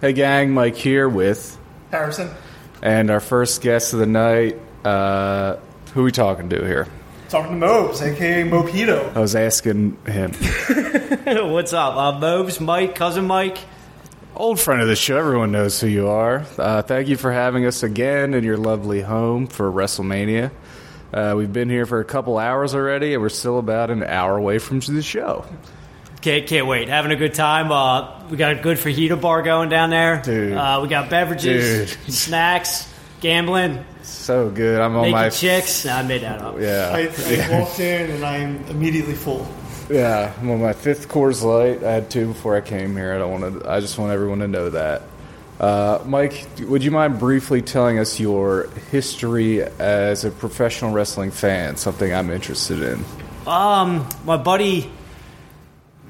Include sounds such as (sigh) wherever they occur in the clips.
Hey, gang, Mike here with, Harrison. and our first guest of the night. Uh, who we talking to here? Talking to Mopes, aka Mopito. I was asking him, (laughs) What's up? Uh, Mobes, Mike, cousin Mike. old friend of the show. Everyone knows who you are. Uh, thank you for having us again in your lovely home for WrestleMania. Uh, we've been here for a couple hours already, and we're still about an hour away from the show. Can't, can't wait. Having a good time. Uh, we got a good fajita bar going down there. Dude. Uh, we got beverages, Dude. (laughs) snacks, gambling, So good. I'm on making my Oh, chicks. Nah, I made that up. I, yeah I walked in and I'm immediately full. yeah. I'm on my fifth Coors Light. I had two before I came here. I don't want to. I just want everyone to know that. Uh, Mike, would you mind briefly telling us your history as a professional wrestling fan? Something I'm interested in. Um, my buddy,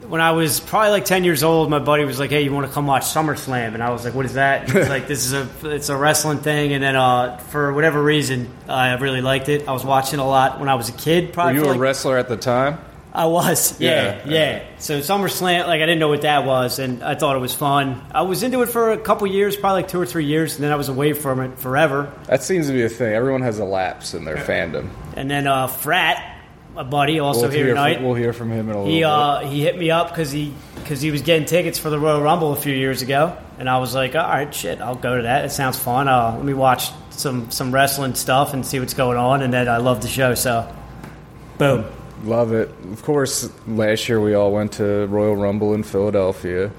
when I was probably like ten years old, my buddy was like, "Hey, you want to come watch SummerSlam?" And I was like, "What is that?" He was like, "This is a it's a wrestling thing." And then uh, for whatever reason, I really liked it. I was watching a lot when I was a kid. Were Probably you for, a like, wrestler at the time? I was, yeah, Yeah, yeah. So SummerSlam, like I didn't know what that was, and I thought it was fun. I was into it for a couple years, probably like two or three years, and then I was away from it forever. That seems to be a thing. Everyone has a lapse in their fandom. And then uh, Frat, my buddy, also here hear tonight, from, we'll hear from him in a little he bit. uh, he hit me up because he because he was getting tickets for the Royal Rumble a few years ago, and I was like, all right, shit, I'll go to that. It sounds fun. Uh, let me watch some some wrestling stuff and see what's going on. And then I love the show, so boom. Love it. Of course, last year we all went to Royal Rumble in Philadelphia.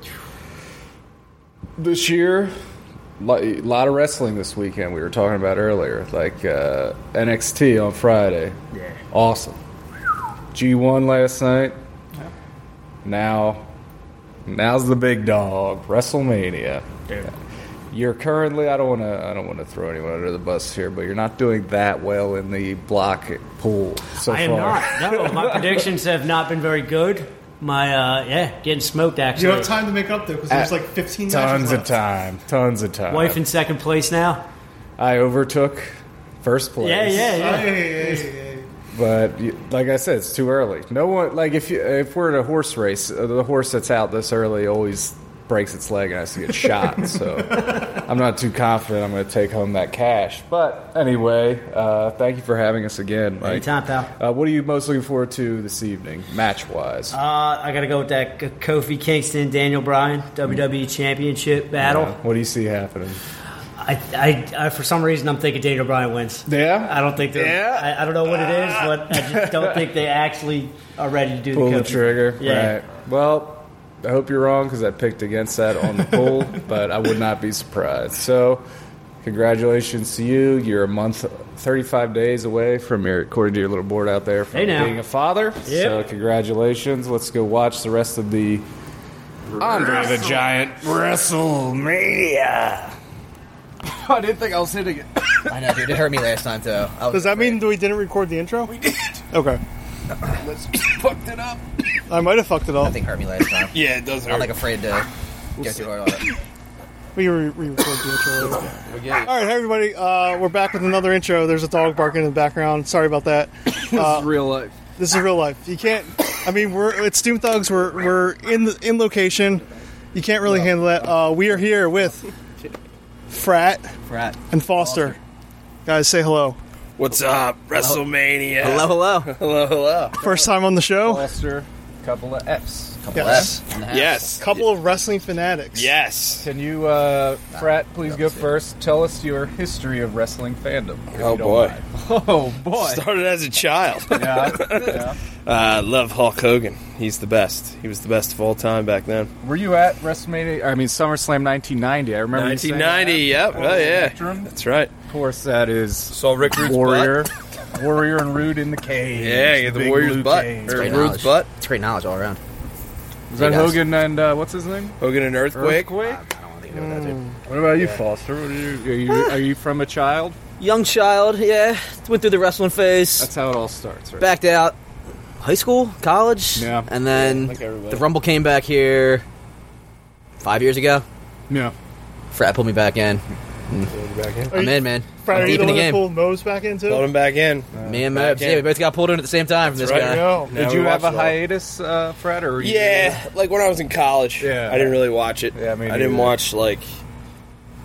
This year, a lot of wrestling this weekend. We were talking about earlier, like uh, NXT on Friday. Yeah. Awesome. G1 last night. Now, now's the big dog, WrestleMania. Dude. You're currently. I don't want to. I don't want to throw anyone under the bus here, but you're not doing that well in the block pool so I am far. not. No, (laughs) my predictions have not been very good. My uh, yeah, getting smoked You actually. have time to make up though, because there's Uh, like 15 Tons matches of left. time. Tons of time. Wife in second place now. I overtook first place. Yeah, yeah, Yeah, yeah, yeah. yeah, yeah, yeah. But y- like I said, it's too early. No one like if you, if we're at a horse race, uh, the horse that's out this early always breaks its leg and has to (laughs) get shot. So I'm not too confident I'm going to take home that cash. But anyway, uh, thank you for having us again, Mike. Anytime, pal. Uh, what are you most looking forward to this evening, match wise? Uh, I gotta go with that K- Kofi Kingston Daniel Bryan WWE Championship battle. Uh, what do you see happening? I, I, I, for some reason, I'm thinking Daniel Bryan wins. Yeah, I don't think they're. Yeah. I, I don't know what it is, but I (laughs) just don't think they actually are ready to do pull the, the Kofi. trigger. Yeah. Right. Well, I hope you're wrong because I picked against that on the (laughs) poll, but I would not be surprised. So, congratulations to you. You're a month, 35 days away from your, according to your little board out there, from Hey, now. being a father. So, congratulations. Let's go watch the rest of the Andre the Giant WrestleMania. (laughs) I didn't think I was hitting it. I know, dude. It hurt me last time, though. I was, Does that mean that we didn't record the intro? We did. Okay. (laughs) fucked it up? I might have fucked it up. Nothing hurt me last time. Yeah, it does hurt. I'm like afraid to go too hard on it. We re record the intro later. We good. All right, hey, everybody. Uh, we're back with another intro. There's a dog barking in the background. Sorry about (coughs) that. Uh, real life. this is real life. You can't. I mean, we're it's Doom Thugs. We're we're in the, in location. You can't really handle that. Uh, we are here with Frat Frat. and Foster. Guys, say hello. What's up, WrestleMania? Hello, hello. hello, hello. First time on the show. Lester, couple of F's. Couple Yes. left. in the house. Yes. Couple of wrestling fanatics. Yes. Can you, uh, Frat, please go first? Tell us your history of wrestling fandom. if Oh, you don't boy. mind. (laughs) Oh boy. Started as a child. (laughs) Yeah. yeah. uh, love Hulk Hogan. He's the best. He was the best of all time back then. Were you at WrestleMania? I mean, SummerSlam 1990. I remember. you saying 1990. Yep. Oh yeah. Spectrum? That's right. that. Of course, that is Saw Rick Rude's Warrior, Warrior and Rude in the cage. Yeah, you get the big Warrior's Liu butt. Kang. Or- Great Rude's knowledge. butt. It's great knowledge all around. Was that Big ass. Hogan and uh, what's his name? Hogan and Earthquake. Earthquake. I don't want to think about that, Mm. dude. What about you, Foster? What are, you, are you are you from a child? Young child, yeah. Went through the wrestling phase. That's how it all starts, right? backed out. High school, college. Yeah. And then like everybody. the Rumble came back here five years ago. Yeah. Frat pulled me back in. Pulled her back in. Are I'm you- in, man. Fred, I'm are you deep the in one the that game. pulled Mose back into? Pulled him back in. Me and Back Mobs. Yeah, in. we both got pulled in at the same time from this That's right. guy. No. Now Did we you have watch a it all. hiatus, uh, Fred? Or you- Yeah, like when I was in college. Yeah. I didn't really watch it. Yeah, me I didn't neither. watch like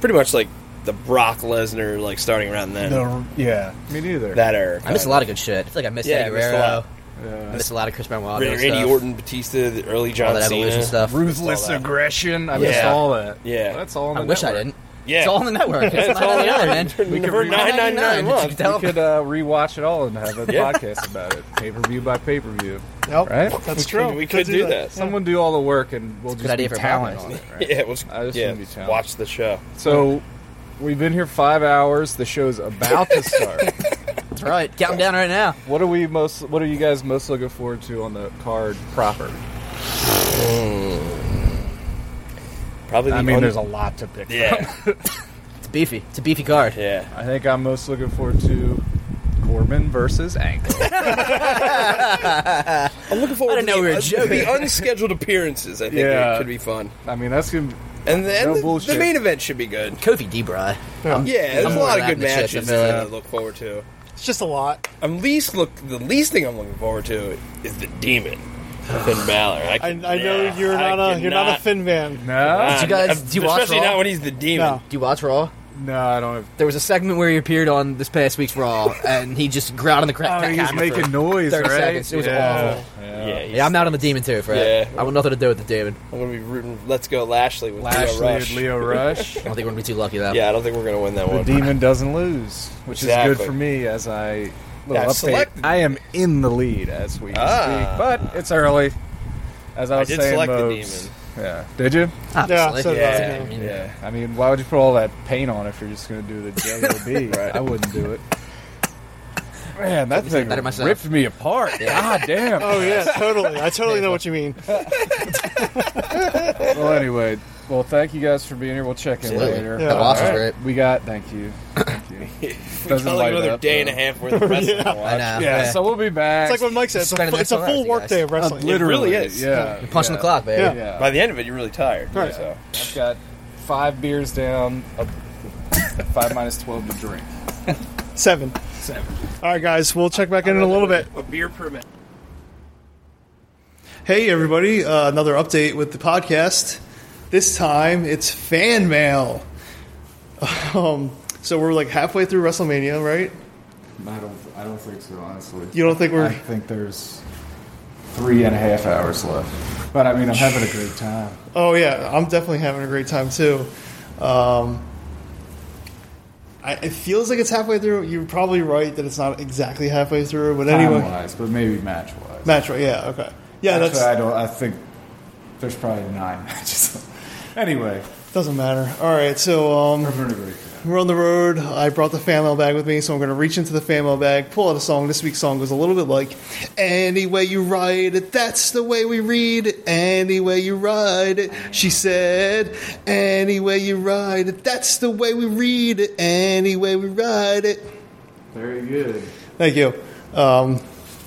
pretty much like the Brock Lesnar like starting around then. The, yeah. me neither. That era. I missed a lot of good shit. I feel like I missed Yeah, Eddie I missed a Guerrero. lot. I missed a lot of Chris Benoit. Randy stuff, Orton, Batista, the early John all that Cena. evolution stuff. ruthless Missed all that. aggression. I missed Yeah. all that. Yeah. that's all. On I the wish I network. didn't. Yeah, It's all on the network. It's, That's not all on the I other, know. man. We could nine nine read- nine. 999 a month. (laughs) Tell We could uh, rewatch it all and have a Yeah. podcast about it, pay per view by pay per view. Nope. Right? That's We true. could- we could do that. Someone do all the work, and we'll Good just idea be for talent podcast. on it. Right? Yeah, it was, I just yeah, wouldn't be challenged. watch the show. So we've been here five hours. The show's about to start. That's right. Counting down right now. what are we most? What are you guys most looking forward to on the card proper? Probably. The I mean, un- there's a lot to pick. from. (laughs) yeah, It's beefy. It's a beefy card. yeah. I think I'm most looking forward to Corbin versus Angle. I'm looking forward. I didn't to know we the, were joking. The unscheduled appearances, I think, Yeah. could be fun. I mean, that's gonna. be- And then No the, the bullshit. main event should be good. Kofi Um, Debray. Yeah, there's I'm a more lot of wrapped good in shit, matches I feel to like. look forward to. It's just a lot. I'm least look the least thing I'm looking forward to is the demon, Finn Balor. I, I, I can- know yeah, you're I not a you're not a cannot- Finn man. (laughs) No, Uh, you guys- do you watch especially Raw? not when he's the demon. No. Do you watch Raw? no, I don't. Have, There was a segment where he appeared on this past week's Raw, and he just growled on the crowd. Oh, he was making noise, 30 right? seconds. It was yeah. Yeah, he's- Yeah, I'm out on the demon too, Fred. Yeah. I want nothing to do with the demon. I'm gonna be rooting. Let's go, Lashley with Lashley Leo Rush. and Leo Rush. I don't think we're gonna be too lucky though. Yeah, I don't think we're gonna win that the one. demon doesn't lose, which is Exactly. good for me as I. Yeah, Little update. selected- I am in the lead as we Ah. speak, but it's early. As I was did saying, select the Mobes. Yeah, did you? Obviously. Yeah, so- Yeah. I mean, Yeah. I mean, why would you put all that paint on if you're just going to do the (laughs) JLB? Right. I wouldn't do it. Man, that thing better myself. ripped me apart. God (laughs) damn. Oh yeah, (laughs) totally. I totally know what you mean. Well, anyway, well, thank you guys for being here. We'll check in Absolutely. later. Yeah. That loss was All great. We got, thank (laughs) you. Thank you. It's Doesn't not like light another up, day though. and a half worth (laughs) of wrestling. to watch. I know. Yeah, so we'll be back. It's like what Mike said. It's a, Spending it's a the next full one, work guys. day of Uh, wrestling. literally, It really is. Yeah. You're punching yeah. the clock, baby. Yeah. Yeah. By the end of it, you're really tired. Right. So I've got five beers down, a- five minus 12 to drink. Seven. Seven. All right, guys. We'll check back in in a little bit. a beer per minute. Hey, everybody. Uh, another update with the podcast. This time it's fan mail. (laughs) Um, so we're like halfway through WrestleMania, right? I don't, I don't think so, honestly. You don't think I we're. think there's three and a half hours left. But I mean, I'm having a great time. Oh, yeah. I'm definitely having a great time, too. Um, I, it feels like it's halfway through. You're probably right that it's not exactly halfway through, but (sighs) anyway. Time-wise, but maybe match-wise. Match, right? Yeah, okay. Yeah, Actually, that's. I don't. I think there's probably nine (laughs) matches. anyway, Doesn't matter. All right, so um, I'm having a great time. we're on the road. I brought the fan mail bag with me, so I'm going to reach into the fan mail bag, pull out a song. This week's song was a little bit like "Any way you ride it, that's the way we read it. Any way you ride it," she said. "Any way you ride it, that's the way we read it. Any way we ride it." Very good. Thank you. Um,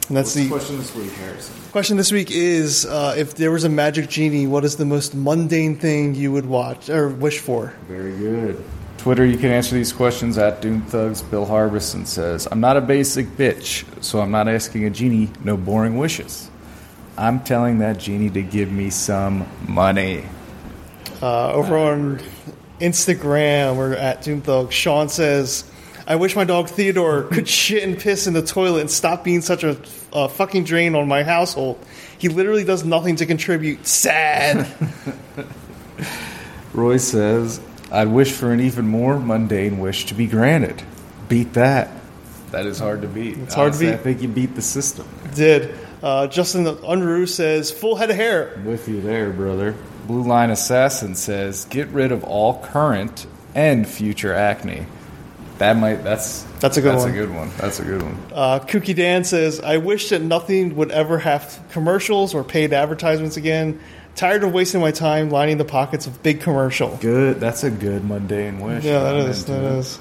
and What's that's the the question this week, Harrison? Question this week is: uh, If there was a magic genie, what is the most mundane thing you would watch or wish for? Very good. Twitter, you can answer these questions at Doom Thugs. Bill Harbison says, I'm not a basic bitch, so I'm not asking a genie no boring wishes. I'm telling that genie to give me some money. Uh, over on Instagram, we're at Doom Thug. Sean says, "I wish my dog Theodore could shit and piss in the toilet and stop being such a, a fucking drain on my household. He literally does nothing to contribute. Sad." Roy says, I'd wish for an even more mundane wish to be granted. Beat that. That is hard to beat. It's hard to beat. I think you beat the system. Did uh, Justin Unruh says, "Full head of hair." I'm with you there, brother. Blue Line Assassin says, get rid of all current and future acne. That might that's That's a good that's one. a good one. That's a good one. Uh, Kooky Dan says, "I wish that nothing would ever have commercials or paid advertisements again. Tired of wasting my time lining the pockets of big commercial." Good. That's a good mundane wish. Yeah, that I'm is. into That it. is.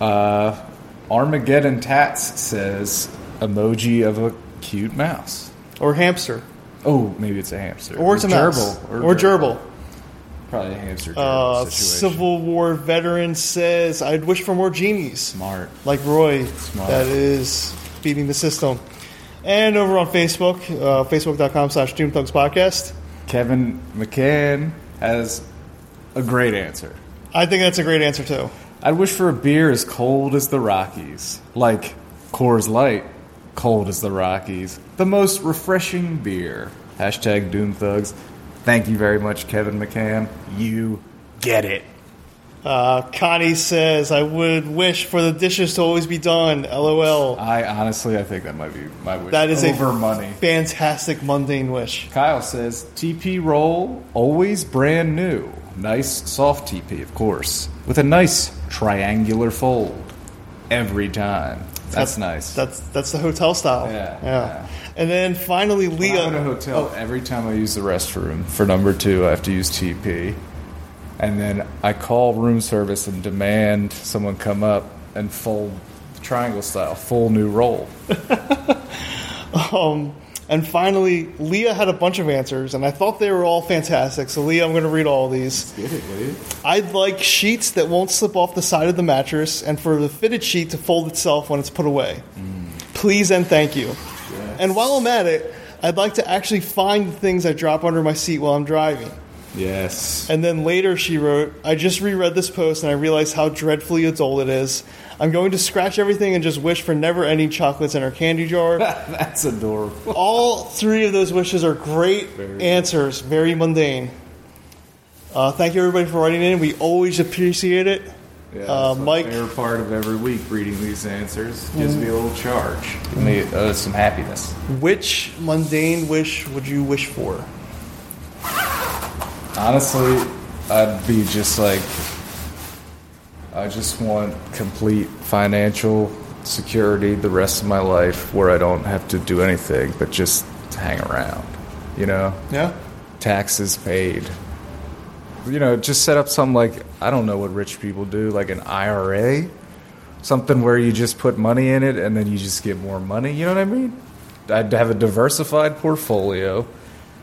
Uh, Armageddon Tats says emoji of a cute mouse. Or hamster. Oh, maybe it's a hamster Or it's a gerbil mouse. Or, gerbil. Probably hamster Uh, uh, situation. Civil War veteran says, "I'd wish for more genies." Smart. like Roy, that is beating the system. And over on Facebook, uh, facebook.com slash Doomthugs Podcast. Kevin McCann has a great answer. I think that's a great answer, too. I'd wish for a beer as cold as the Rockies. Like Coors Light, cold as the Rockies. The most refreshing beer. Hashtag Doom Thugs. Thank you very much, Kevin McCann. You get it. Uh, Connie says, I would wish for the dishes to always be done. LOL. I honestly, I think that might be my wish. That is over a money. fantastic mundane wish. Kyle says TP roll always brand new. Nice soft TP, of course, with a nice triangular fold every time. That's nice. That's that's the hotel style. Yeah, Yeah. And then finally, When Leah. I'm in a hotel. oh. Every time I use the restroom for number two, I have to use TP, and then I call room service and demand someone come up and fold triangle style, full new roll. Um, and finally, Leah had a bunch of answers, and I thought they were all fantastic. So, Leah, I'm going to read all these. I'd like sheets that won't slip off the side of the mattress, and for the fitted sheet to fold itself when it's put away. Please and thank you. And while I'm at it, I'd like to actually find the things I drop under my seat while I'm driving. Yes. (laughs) And then later she wrote, I just reread this post and I realized how dreadfully adult it is. I'm going to scratch everything and just wish for never ending chocolates in our candy jar. That's adorable. All three of those wishes are great answers, very mundane. Uh, thank you everybody for writing in. We always appreciate it. Yeah, Uh, that's my Mike- Mm-hmm. favorite part of every week reading these answers gives me a little charge, gives me uh, some happiness. Which mundane wish would you wish for? Honestly, I'd be just like, I just want complete financial security the rest of my life where I don't have to do anything but just hang around, you know? Yeah? Taxes paid. You know, just set up some like, I don't know what rich people do, like an IRA, something where you just put money in it and then you just get more money. You know what I mean? I'd have a diversified portfolio,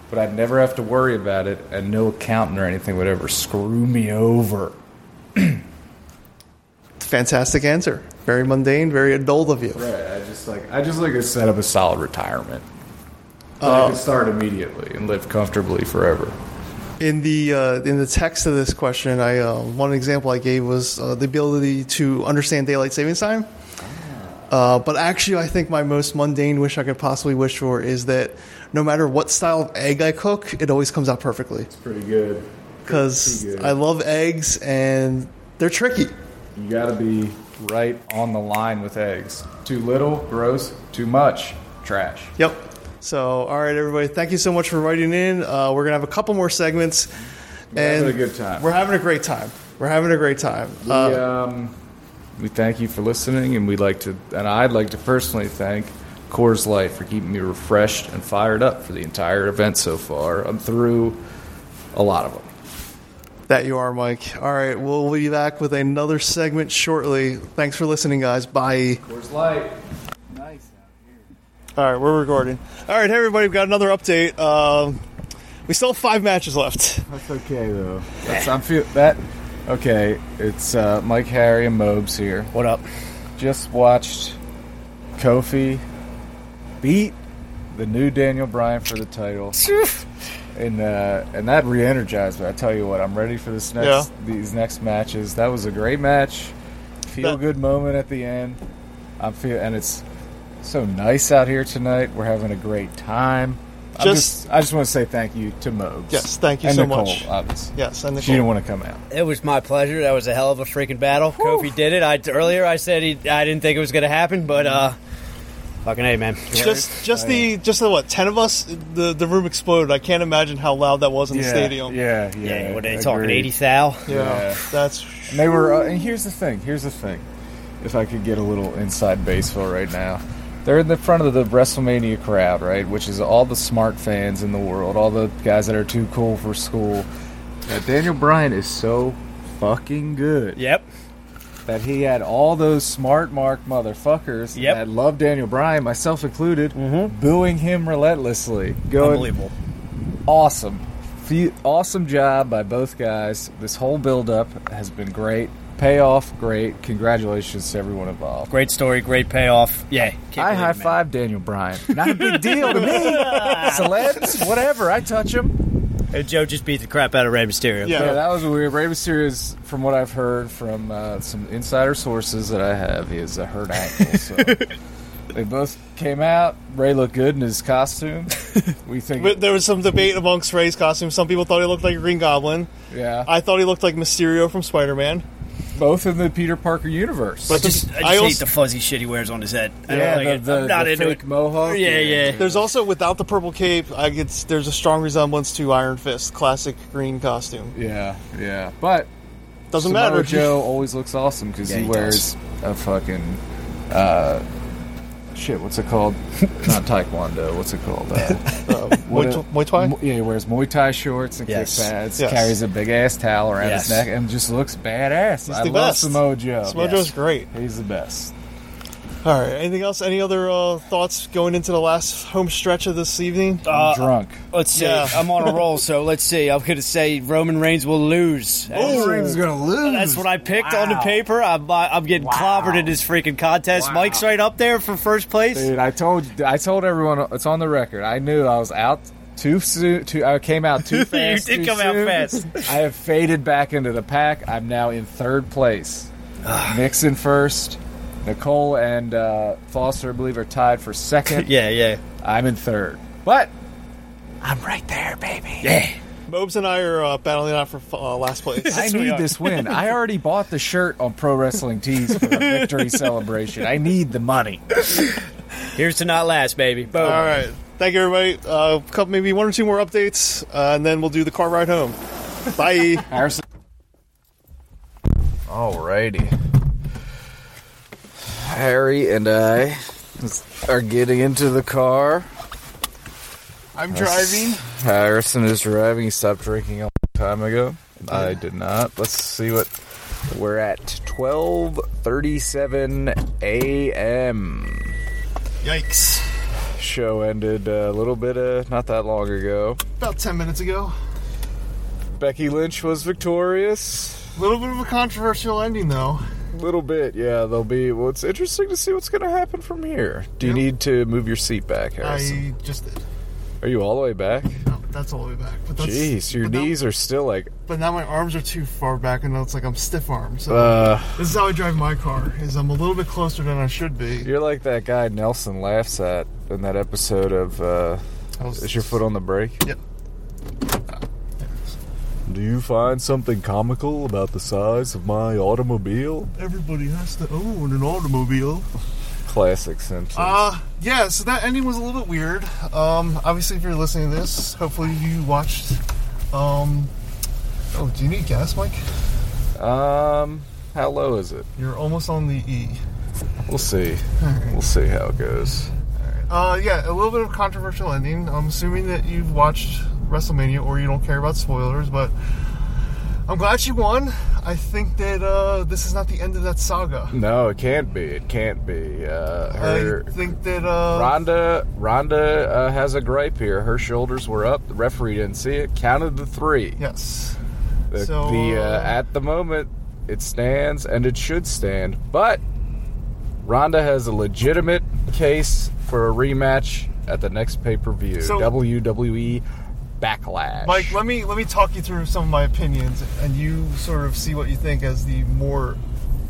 but I'd never have to worry about it, and no accountant or anything would ever screw me over. Fantastic answer. Very mundane, very adult of you. Right? I just like I just like to set up a solid retirement. So I could start immediately and live comfortably forever. In the uh, in the text of this question, I uh, one example I gave was uh, the ability to understand daylight savings time. Uh, but actually, I think my most mundane wish I could possibly wish for is that no matter what style of egg I cook, it always comes out perfectly. Pretty good. Because Pretty good. I love eggs and they're tricky. You got to be right on the line with eggs. Too little, gross. Too much, trash. Yep. So, all right, everybody, thank you so much for writing in. Uh, we're gonna have a couple more segments. and having a good time. We're having a great time. We're having a great time. Uh, we, um, we thank you for listening, and we'd like to, and I'd like to personally thank Coors Light for keeping me refreshed and fired up for the entire event so far. I'm through a lot of them. That you are, Mike. All right, we'll be back with another segment shortly. Thanks for listening, guys. Bye. Coors Light. All right, we're recording. All right, hey, everybody, we've got another update. Um, we still have five matches left. That's okay though. That's I'm feel that. Okay, it's uh, Mike, Harry, and Mobes here. What up? Just watched Kofi beat the new Daniel Bryan for the title. and uh, and that re-energized me. I tell you what, I'm ready for this next these next matches. That was a great match, feel good moment at the end. I'm feel and it's so nice out here tonight. We're having a great time. I'm Just- just, I just want to say thank you to Mobes. Yes, thank you and so Nicole, much. Obviously, Yes, and she didn't Nicole. want to come out. It was my pleasure. That was a hell of a freaking battle. Kofi did it. I earlier I said he, I didn't think it was going to happen, but uh, fucking hey, man. Just, just the, just the what? Ten of us. The the room exploded. I can't imagine how loud that was in the stadium. Yeah, yeah. yeah, what are they talking? agreed. Eighty thou. Yeah, Yeah. that's And They were, uh, and here's the thing. Here's the thing. If I could get a little inside baseball right now, they're in the front of the WrestleMania crowd, right? Which is all the smart fans in the world, all the guys that are too cool for school. Now, Daniel Bryan is so fucking good Yep. that he had all those smart mark motherfuckers Yep. Mm-hmm. that love Daniel Bryan, myself included, booing him relentlessly, going Unbelievable. awesome. fe- awesome job by both guys. This whole build up has been great. Payoff, great. Congratulations to everyone involved. Great story, great payoff. Yeah, can't I believe it, high man. five Daniel Bryan. Not (laughs) a big deal to me. Celebs, whatever. I touch them. And Joe just beat the crap out of Rey Mysterio. Yeah. Yeah. that was weird. Rey Mysterio's, from what I've heard from uh, some insider sources that I have, is a hurt ankle. (laughs) So they both came out. Ray looked good in (laughs) his costume. We think, But there was some debate amongst Ray's costume. Some people thought he looked like a Green Goblin. yeah, I thought he looked like Mysterio from Spider Man. both in the Peter Parker universe. I just, I just I also- hate the fuzzy shit he wears on his head. I yeah, don't the, like the, it. I'm not the into fake it. mohawk. Yeah, yeah. (laughs) There's also without the purple cape. I it's, there's a strong resemblance to Iron Fist, classic green costume. Yeah, yeah. But Doesn't Samoa matter. Joe always looks awesome because he, he wears a fucking uh, shit. What's it called? (laughs) Not taekwondo. What's it (laughs) called? Uh, what Muay a- Th- Muay Thai? Mu- Yeah, he wears Muay Thai shorts and Yes. kick pads. Yes. Carries a big ass towel around Yes. his neck and just looks badass. I the love best. Samoa Joe. (laughs) Samoa Yes. Joe's great. He's the best. All right. Anything else? Any other uh, thoughts going into the last home stretch of this evening? I'm drunk. uh, Let's see. Yeah. I'm (laughs) on a roll, so let's see. I'm going to say Roman Reigns will lose. oh, Reigns is gonna lose. That's what I picked on the Wow. paper. I'm, I- I'm getting clobbered in this freaking contest. Mike's right up there for first place. Dude, I told I told everyone it's on the record. I knew I was out too soon. Too, I came (laughs) out too fast. did too come out soon. fast. (laughs) I have faded back into the pack. I'm now in third place. Nixon first. Nicole and uh, Foster, I believe, are tied for (laughs) second. Yeah, yeah. I'm in third, but Mobes and I are uh, battling out for uh, last place. I we need are. (laughs) this win. I already bought the shirt on Pro Wrestling Tees for the victory celebration. I need the money. Here's to not last, baby. Boom. All right. Thank you, everybody. Uh, couple, maybe one or two more updates, uh, and then we'll do the car ride home. Bye. Harrison. Alrighty. Harry and I are getting into the car. I'm driving. Harrison is driving. He stopped drinking a long time ago. I did not. Let's see what we're at. 12:37 a.m. Yikes. Show ended a little bit of not that long ago. About 10 minutes ago. Becky Lynch was victorious. A little bit of a controversial ending, though. Little bit, yeah. They'll be. Well, it's interesting to see what's going to happen from here. Do you Yep. need to move your seat back, Harrison? I just. Are you all the way back? No, that's all the way back. But that's, Jeez, your but now- knees are still like. but now my arms are too far back, and now it's like I'm stiff armed. So Uh, this is how I drive my car. Is I'm a little bit closer than I should be. you're like that guy Nelson laughs at in that episode of. Uh, I was- is your foot on the brake? Yep. Do you find something comical about the size of my automobile? Everybody has to own an automobile. Classic Simpsons. Uh, yeah, so that ending was a little bit weird. Um, obviously, if you're listening to this, hopefully you watched. Um, oh, do you need gas, Mike? Uh, um, how low is it? You're almost on the E. We'll see. We'll see how it goes. Uh, yeah, a little bit of controversial ending. I'm assuming that you've watched WrestleMania or you don't care about spoilers, but I'm glad she won. I think that uh, this is not the end of that saga. No, it can't be. It can't be. Uh, her. I think that uh, Rhonda, Rhonda uh, has a gripe here. Her shoulders were up. The referee didn't see it. Counted the three. yes, The, So, the, uh, uh, at the moment, it stands and it should stand. But Ronda has a legitimate case for a rematch at the next pay per view. So- WWE E Backlash. Mike, let me let me talk you through some of my opinions, and you sort of see what you think as the more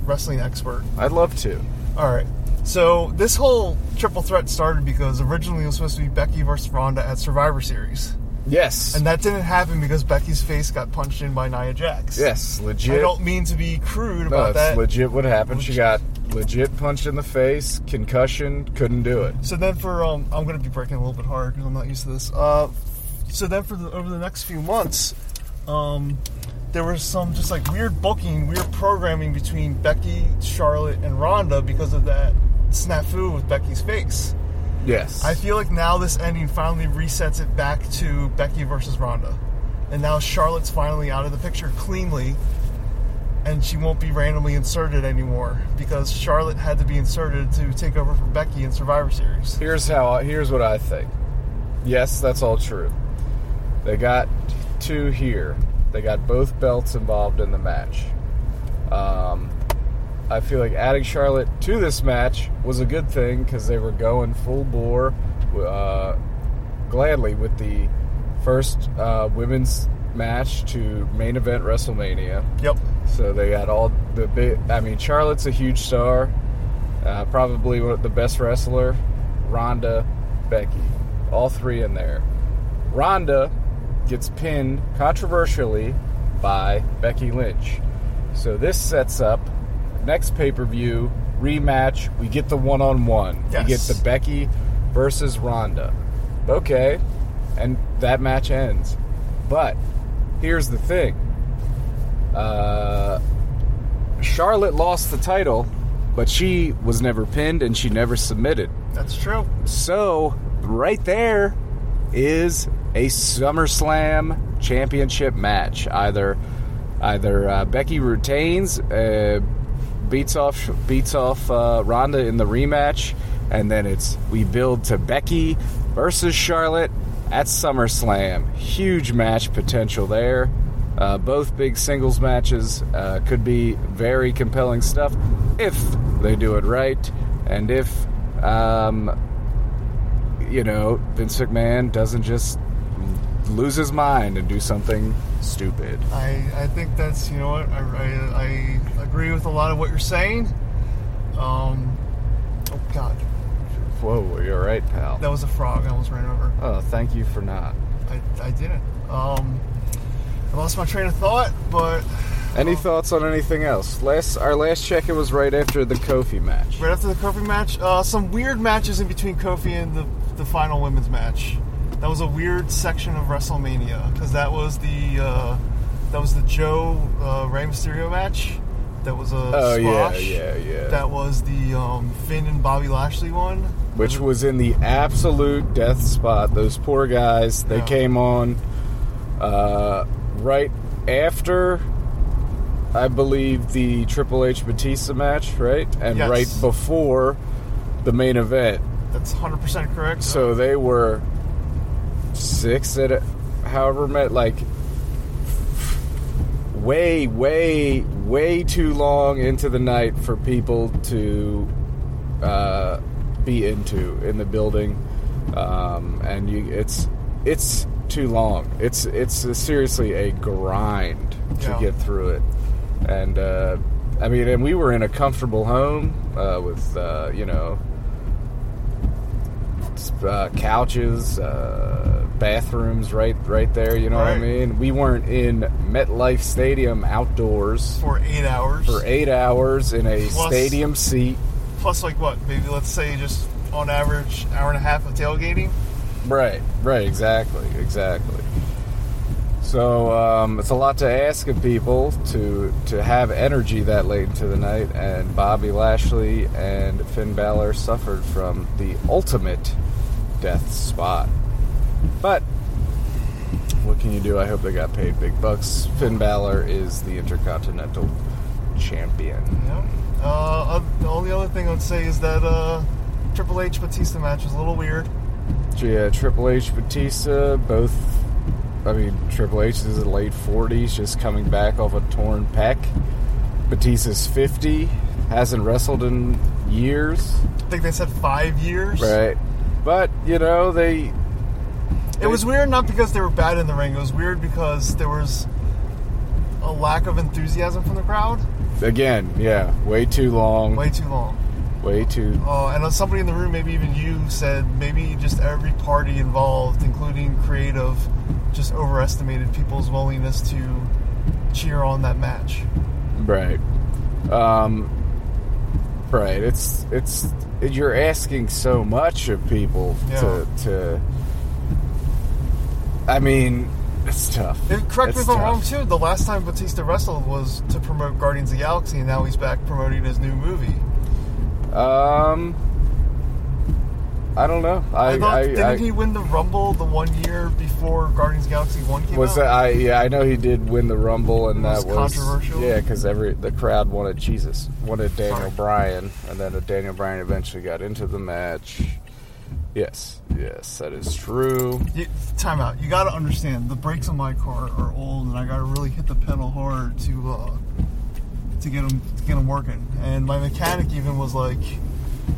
wrestling expert. I'd love to. All right. So this whole triple threat started because originally it was supposed to be Becky versus Ronda at Survivor Series, Yes. and that didn't happen because Becky's face got punched in by Nia Jax. yes. I Legit. don't mean to be crude No, about it's that. legit what happened. She got legit punched in the face, concussion, couldn't do it. So then for um, I'm gonna be breaking a little bit hard because I'm not used to this. Uh, so then for the, over the next few months, um, there was some just like weird booking, weird programming between Becky, Charlotte, and Ronda because of that snafu with Becky's face. Yes. I feel like now this ending finally resets it back to Becky versus Ronda, and now Charlotte's finally out of the picture cleanly. And she won't be randomly inserted anymore because Charlotte had to be inserted to take over for Becky in Survivor Series. here's how here's what I think. Yes, that's all true. They got two here. They got both belts involved in the match. Um, I feel like adding Charlotte to this match was a good thing because they were going full bore uh, gladly with the first uh, women's match to main event WrestleMania. Yep. So they got all the big. I mean, Charlotte's a huge star, uh, probably one of the best wrestler. Ronda, Becky, all three in there. Ronda gets pinned controversially by Becky Lynch. So this sets up next pay per view rematch. We get the one on one. We Yes. get the Becky versus Ronda. Okay, and that match ends. But here's the thing. Uh, Charlotte lost the title, but she was never pinned and she never submitted. That's true. So, right there is a SummerSlam championship match. Either either uh, Becky retains, uh, beats off beats off uh, Ronda in the rematch, and then it's we build to Becky versus Charlotte at SummerSlam. Huge match potential there. Uh, both big singles matches uh, could be very compelling stuff if they do it right, and if um, you know, Vince McMahon doesn't just lose his mind and do something stupid. I, I think that's you know what I, I, I agree with a lot of what you're saying. Um, oh God, Whoa, you're right, pal. that was a frog. I almost ran over. Oh, thank you for not. I, I didn't. Um, I lost my train of thought, but Any thoughts on anything else? Last, our last check-in was right after the Kofi match. right after the Kofi match, uh, some weird matches in between Kofi and the the final women's match. That was a weird section of WrestleMania because that was the uh, that was the Joe uh, Rey Mysterio match. That was a Oh yeah, squash. yeah, yeah. That was the um, Finn and Bobby Lashley one. Which was in the absolute death spot. Those poor guys. They Yeah. came on uh, right after, I believe, the Triple H Batista match, right, and Yes. right before the main event. That's 100% correct. So they were six at a- however met like way, way, way too long into the night for people to uh, be into in the building, um, and you, it's it's too long. It's it's seriously a grind to Yeah. get through it, and uh, I mean, and we were in a comfortable home uh, with uh, you know uh, couches, uh, bathrooms, right, right there. You know what I Right. mean? We weren't in MetLife Stadium outdoors for eight hours. for eight hours in a Plus- stadium seat, Plus, like what? Maybe let's say just on average, hour and a half of tailgating. Right, right, exactly, exactly. So um, it's a lot to ask of people to to have energy that late into the night, and Bobby Lashley and Finn Balor suffered from the ultimate death spot. But what can you do? I hope they got paid big bucks. Finn Balor is the Intercontinental Champion. Yeah. Uh, uh, the only other thing I'd say is that uh, Triple H Batista match was a little weird. Yeah, Triple H, Batista, both. I mean, Triple H is in the late 40s, just coming back off a torn pec. Batista's 50, hasn't wrestled in years, I think they said five years. right? But you know, they It was weird not because they were bad in the ring. It was weird because there was a lack of enthusiasm from the crowd. again, yeah, way too long, way, Way too long. too. Uh, and uh, somebody in the room, maybe even you, said maybe just every party involved, including creative, just overestimated people's willingness to cheer on that match. Right. Um, right. It's it's you're asking so much of people to to. I mean, it's tough. If, correct me It's if I'm tough. wrong, too. The last time Batista wrestled was to promote Guardians of the Galaxy, and now he's back promoting his new movie. Um, I don't know. I, I, thought, I, didn't I, he win the Rumble the one year before Guardians of the Galaxy One came was out? that, I yeah I know he did win the rumble and Most that was controversial? Yeah, because every the crowd wanted Jesus, wanted Daniel Sorry. Bryan, and then Daniel Bryan eventually got into the match. Yes, yes, that is true. You, time out. You got to understand the brakes on my car are old, and I got to really hit the pedal hard to uh, to get them to get 'em working. And my mechanic even was like,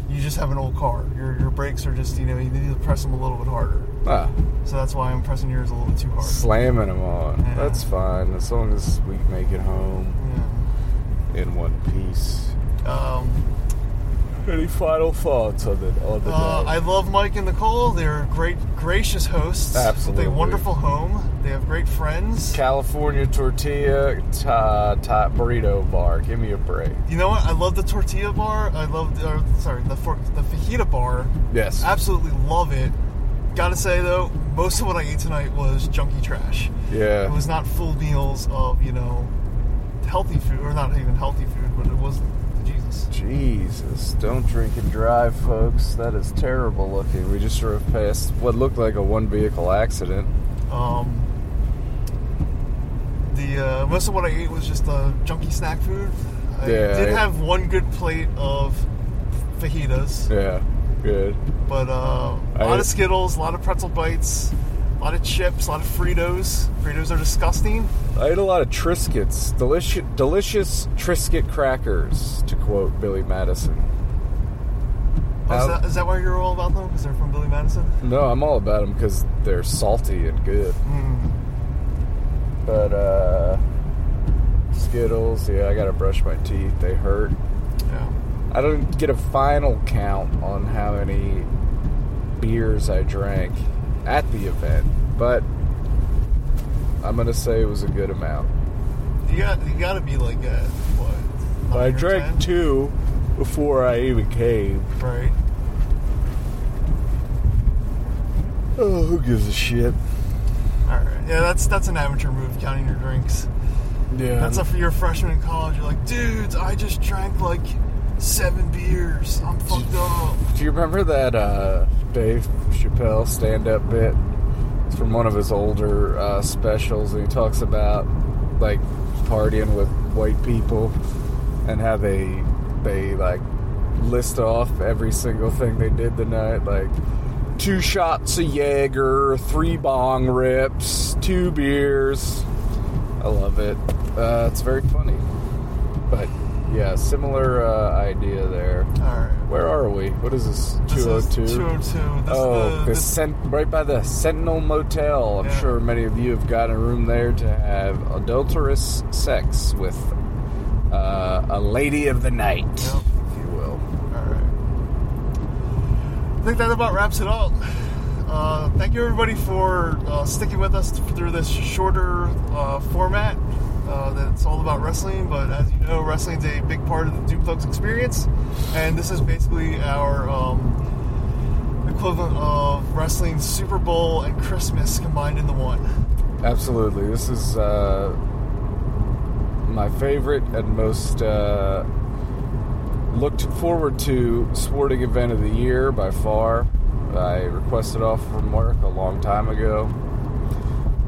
"You just have an old car. Your your brakes are just you know you need to press them a little bit harder." Ah, So that's why I'm pressing yours a little bit too hard. slamming them on. Yeah. That's fine as long as we can make it home Yeah. in one piece. (laughs) Um, Any final thoughts on the on the uh, day? I love Mike and Nicole. They're great, gracious hosts. Absolutely. With a wonderful home. They have great friends. California tortilla ta, ta, burrito bar. Give me a break. You know what? I love the tortilla bar. I love, the- or, sorry, the for, the fajita bar. Yes. Absolutely love it. Gotta say though, most of what I ate tonight was junky trash. Yeah. It was not full meals of you know healthy food, or not even healthy food, but it was Jesus. Jesus, don't drink and drive, folks. That is terrible looking. We just drove past what looked like a one vehicle accident. Um, the uh, most of what I ate was just uh, junky snack food. I Yeah, did I- have one good plate of fajitas, Yeah, good. but uh, a I- lot of Skittles, a lot of pretzel bites, a lot of chips, a lot of Fritos. Fritos are disgusting. I ate a lot of Triscuits. Delicious, delicious Triscuit crackers, to quote Billy Madison. Oh, Out- is, that, is that why you're all about them? Because they're from Billy Madison? No, I'm all about them because they're salty and good. But, uh, Skittles, yeah, I gotta brush my teeth. They hurt. Yeah. I don't get a final count on how many beers I drank at the event, but I'm gonna say it was a good amount. You got you got to be like at what? I 9 or drank 10? two before I even came. Right. Oh, who gives a shit? All right. Yeah, that's that's an amateur move, counting your drinks. Yeah, That's up for your freshman in college. You're like, dudes, I just drank like seven beers. I'm fucked up. Do you remember that uh, Dave Chappelle stand-up bit? It's from one of his older uh, specials, and he talks about like partying with white people and how they they like list off every single thing they did the night, like two shots of Jaeger, three bong rips, two beers. I love it. Uh, it's very funny, but yeah, similar uh, idea there. All right. Where are we? What is this? This is 202? 202. This oh, is the, the, this, Sen- right by the Sentinel Motel. I'm Yeah. sure many of you have gotten a room there to have adulterous sex with uh, a lady of the night, Yep. if you will. all right. I think that about wraps it up. Uh, thank you everybody for uh, sticking with us through this shorter uh, format. Uh, that's all about wrestling, but as you know, wrestling's a big part of the Duplex experience, and this is basically our um, equivalent of wrestling Super Bowl and Christmas combined into one. Absolutely. This is uh, my favorite and most uh, looked forward to sporting event of the year by far. I requested off from work a long time ago.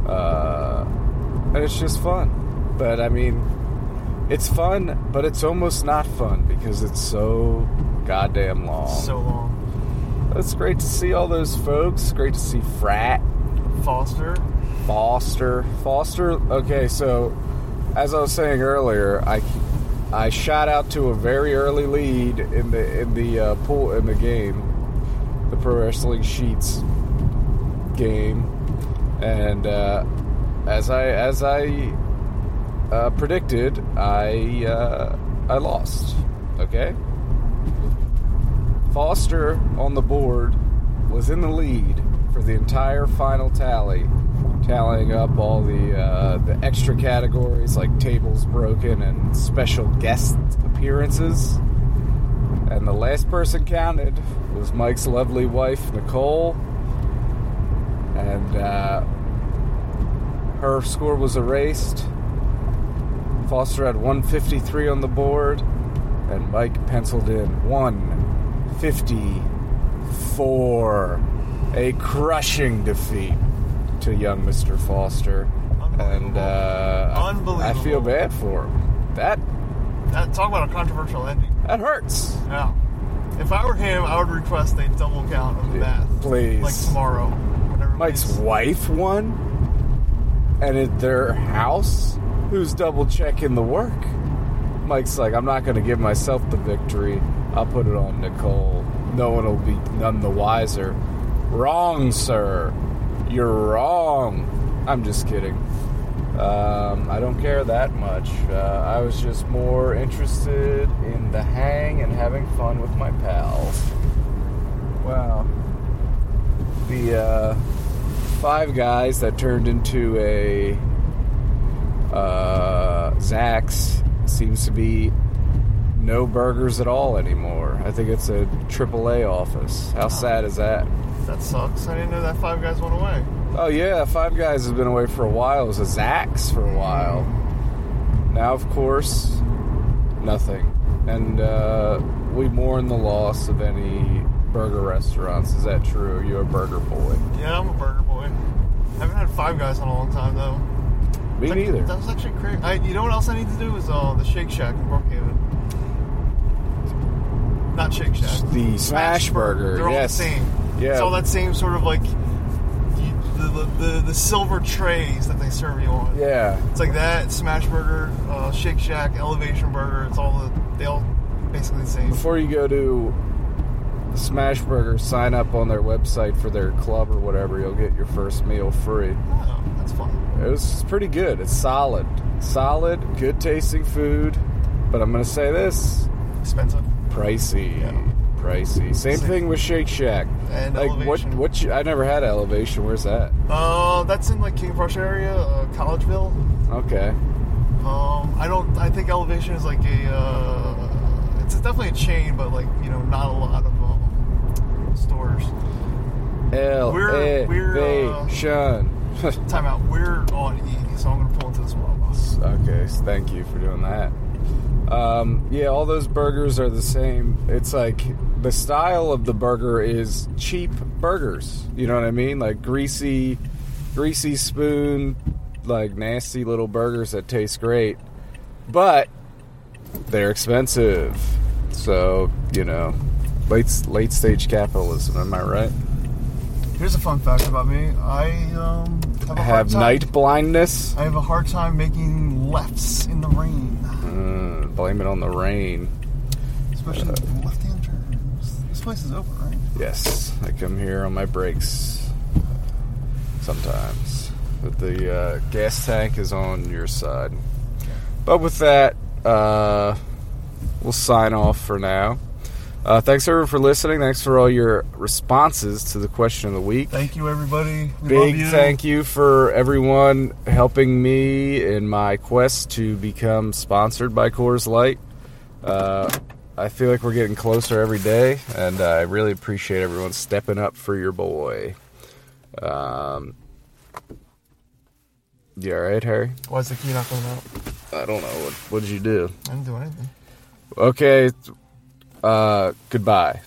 Uh, and it's just fun. But I mean, it's fun, but it's almost not fun because it's so goddamn long. So um, long, it's great to see all those folks. Great to see Frat. Foster. Foster. Foster. Okay, so as I was saying earlier, I I shot out to a very early lead in the in the uh, pool in the game, the pro wrestling sheets game, and uh, as I as I uh, predicted, I uh, I lost. Okay. Foster on the board was in the lead for the entire final tally, tallying up all the uh, the extra categories like tables broken and special guest appearances. And the last person counted was Mike's lovely wife Nicole, and uh, her score was erased. Foster had 153 on the board, and Mike penciled in 154. A crushing defeat to young Mr. Foster. And uh, I- I feel Unbelievable. bad for him. That That, talk about a controversial ending. that hurts. Yeah. If I were him, I would request a double count of the math. please. Like tomorrow. Whatever Mike's it is. wife won, and at their house, who's double checking the work? Mike's like, I'm not going to give myself the victory. I'll put it on Nicole. No one will be none the wiser. Wrong, sir. You're wrong. I'm just kidding. Um, I don't care that much. Uh, I was just more interested in the hang and having fun with my pals. Wow the uh, five guys that turned into a uh, Zax seems to be no burgers at all anymore. I think it's a AAA office. How sad is that? That sucks. I didn't know that five guys went away. Oh yeah, Five Guys has been away for a while. It was a Zax for a while. Now, of course, nothing, and uh, we mourn the loss of any burger restaurants. Is that true? You're a burger boy. Yeah, I'm a burger boy. haven't had five guys in a long time though. Me That- neither. That was actually crazy. I, you know what else I need to do is uh, the Shake Shack in Brookhaven. Not Shake Shack. the smash burger. They're yes. all the same. Yeah. It's all that same sort of like you- the, the, the, the silver trays that they serve you on. Yeah. It's like that, Smash Burger, uh, Shake Shack, Elevation Burger. It's all the, they all basically the same. Before you go to Smash Burger, sign up on their website for their club or whatever. You'll get your first meal free. Oh, that's fun. It was pretty good. It's solid, solid, good tasting food. But I'm gonna say this: Expensive. pricey, pricey. Same. Same thing with Shake Shack. And like what? Elevation. What? You, I never had Elevation. Where's that? Uh, that's in like King of Prussia area, uh, Collegeville. Okay. Um, I don't. I think Elevation is like a. Uh, it's definitely a chain, but like you know, not a lot of um, stores. L We're- we're, uh, A Shun. Time out. We're on E, so I'm gonna pull into this Wawa. Okay, s- thank you for doing that. Um, yeah, all those burgers are the same. It's like the style of the burger is cheap burgers. You know what I mean? Like greasy, greasy spoon, like nasty little burgers that taste great, but they're expensive. So you know, late late stage capitalism. Am I right? Here's a fun fact about me. I um, have, I a hard have time, night blindness. I have a hard time making lefts in the rain, Uh, blame it on the rain. especially left-hand turns. This place is open, right? Yes, I come here on my breaks sometimes. But the uh, gas tank is on your side. But with that, uh, we'll sign off for now. Uh, thanks everyone for listening. Thanks for all your responses to the question of the week. Thank you, everybody. We love Big you. thank you for everyone helping me in my quest to become sponsored by Coors Light. Uh, I feel like we're getting closer every day, and I really appreciate everyone stepping up for your boy. Um, you all right, Harry? Why is the key not going out? I don't know. What, what did you do? I didn't do anything. Okay. Uh, goodbye.